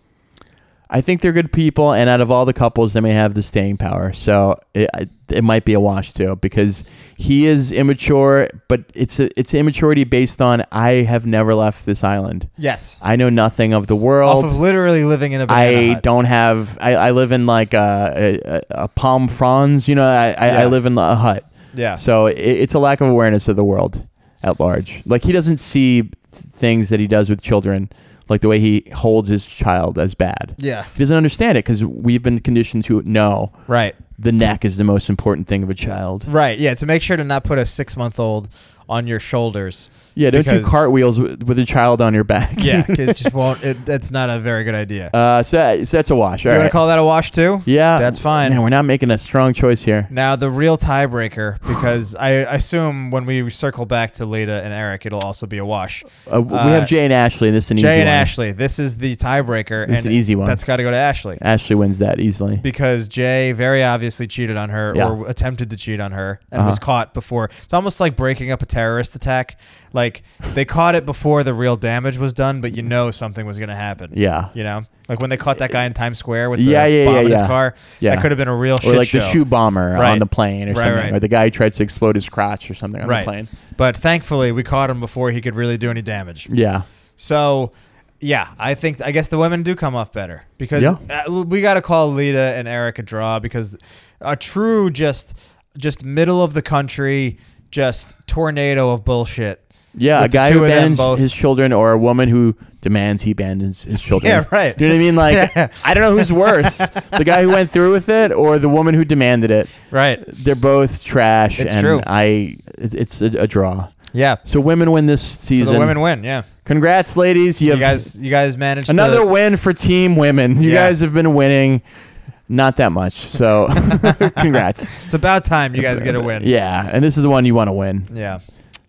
I think they're good people, and out of all the couples, they may have the staying power. So it, I- it might be a wash too, because he is immature, but it's a, it's immaturity based on I have never left this island.
Yes.
I know nothing of the world.
Off of literally living in a banana
I
hut.
don't have. I, I live in like a, a, a palm fronds. You know, I, I, I
Yeah.
live in a hut.
Yeah.
So it, it's a lack of awareness of the world at large. Like he doesn't see things that he does with children, like the way he holds his child as bad.
Yeah.
He doesn't understand it because we've been conditioned to know
Right.
the neck is the most important thing of a child.
Right. Yeah. To make sure to not put a six month old on your shoulders.
Yeah, don't do
Because-
cartwheels with, with a child on your back.
Yeah. 'cause it just won't. It, that's not a very good idea.
Uh, so, that, so that's a wash.
Do you
all
want
right.
to call that a wash too?
yeah,
That's fine.
Man, we're not making a strong choice here.
Now the real tiebreaker, because I assume when we circle back to Leda and Eric, it'll also be a wash.
Uh, we
Uh,
have Jay and Ashley. This is an easy
Jay and
one.
Ashley, this is the tiebreaker.
This is
and
an easy one.
That's got to go to Ashley
Ashley wins that easily.
because Jay very obviously cheated on her
Yeah.
or attempted to cheat on her and was
Uh-huh.
caught before. It's almost like breaking up a terrorist attack. Like they caught it before the real damage was done, but you know something was going to happen.
yeah.
You know, like when they caught that guy in Times Square with the
Yeah, yeah,
bomb
yeah,
in his
yeah.
car.
Yeah.
That could have been a real shit
Or like
show.
the shoe bomber on
Right.
the plane or
Right,
something.
right.
Or the guy who tried to explode his crotch or something on
Right.
the plane.
But thankfully, we caught him before he could really do any damage.
Yeah.
So, yeah, I think I guess the women do come off better because
Yeah.
uh, we got to call Lita and Eric a draw because a true just just middle of the country just tornado of bullshit.
Yeah,
With
a
the
guy
two
who
of them
abandons
both-
his children or a woman who demands he abandons his children.
Yeah, right.
Do you know what I mean? Like, I don't know who's worse the guy who went through with it or the woman who demanded it.
Right.
They're both trash.
It's
and
true.
I, it's, it's a, a draw.
Yeah.
So women win this
So
season.
the women win. Yeah.
Congrats, ladies. You,
You
have
guys, you guys managed
another
To,
win for Team Women. You
Yeah.
guys have been winning, not that much. So congrats.
it's about time you guys get a win.
Yeah, and this is the one you want to win.
Yeah.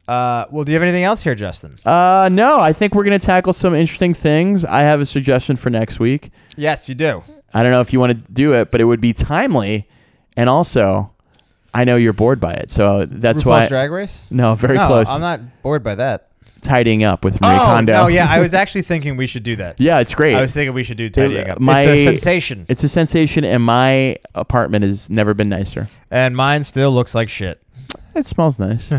Uh, well, do you have anything else here, Justin?
Uh, no, I think we're gonna tackle some interesting things. I have a suggestion for next week.
Yes, you do.
I don't know if you want to do it, but it would be timely, and also, I know you're bored by it, so that's
RuPaul's
why.
Drag Race.
no, very
no,
close.
I'm not bored by that.
Tidying up with Marie
oh
Kondo.
no, yeah, I was actually thinking we should do that.
yeah, it's great.
I was thinking we should do tidying up.
my-
it's a sensation,
it's a sensation, and my apartment has never been nicer.
and mine still looks like shit.
It smells nice.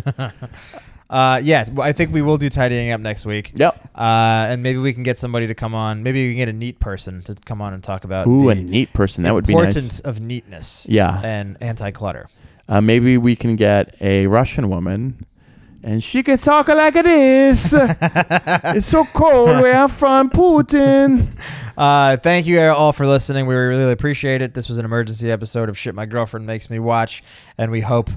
Uh, yeah, well, I think we will do tidying up next week.
yep.
Uh, and maybe we can get somebody to come on. Maybe we can get a neat person to come on and talk about
Ooh,
Uh, the
a neat person. That would be
importance
nice.
of neatness
Yeah.
and anti-clutter.
Uh, maybe we can get a Russian woman, and she can talk like this. it's so cold where I'm from, Putin.
Uh, thank you all for listening. We really appreciate it. This was an emergency episode of Shit My Girlfriend Makes Me Watch, and we hope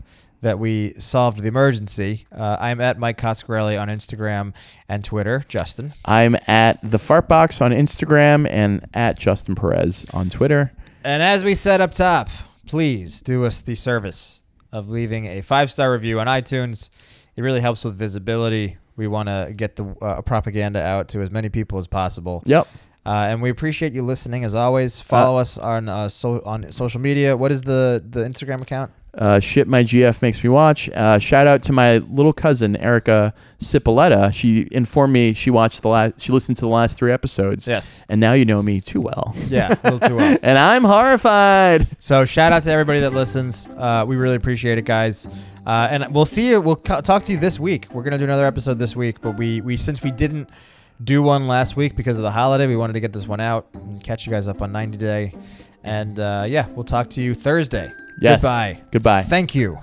that we solved the emergency. Uh, I'm at Mike Coscarelli on Instagram and Twitter. Justin.
I'm at the Fartbox on Instagram and at Justin Perez on Twitter.
And as we said up top, please do us the service of leaving a five star review on iTunes. It really helps with visibility. We want to get the uh, propaganda out to as many people as possible.
Yep.
Uh, and we appreciate you listening as always. Follow us on uh, so, on social media. What is the the Instagram account?
Uh, shit, my GF makes me watch. Uh, shout out to my little cousin Erica Cipolletta. She informed me she watched the last, she listened to the last three episodes,
Yes.
and now you know me too well.
Yeah, a little too well.
And I'm horrified.
So shout out to everybody that listens. Uh, we really appreciate it, guys. Uh, and we'll see you. We'll co- talk to you this week. We're gonna do another episode this week, but we we since we didn't do one last week because of the holiday, we wanted to get this one out and catch you guys up on 90 Day. And uh, yeah, we'll talk to you Thursday.
Yes.
Goodbye.
Goodbye.
Thank you.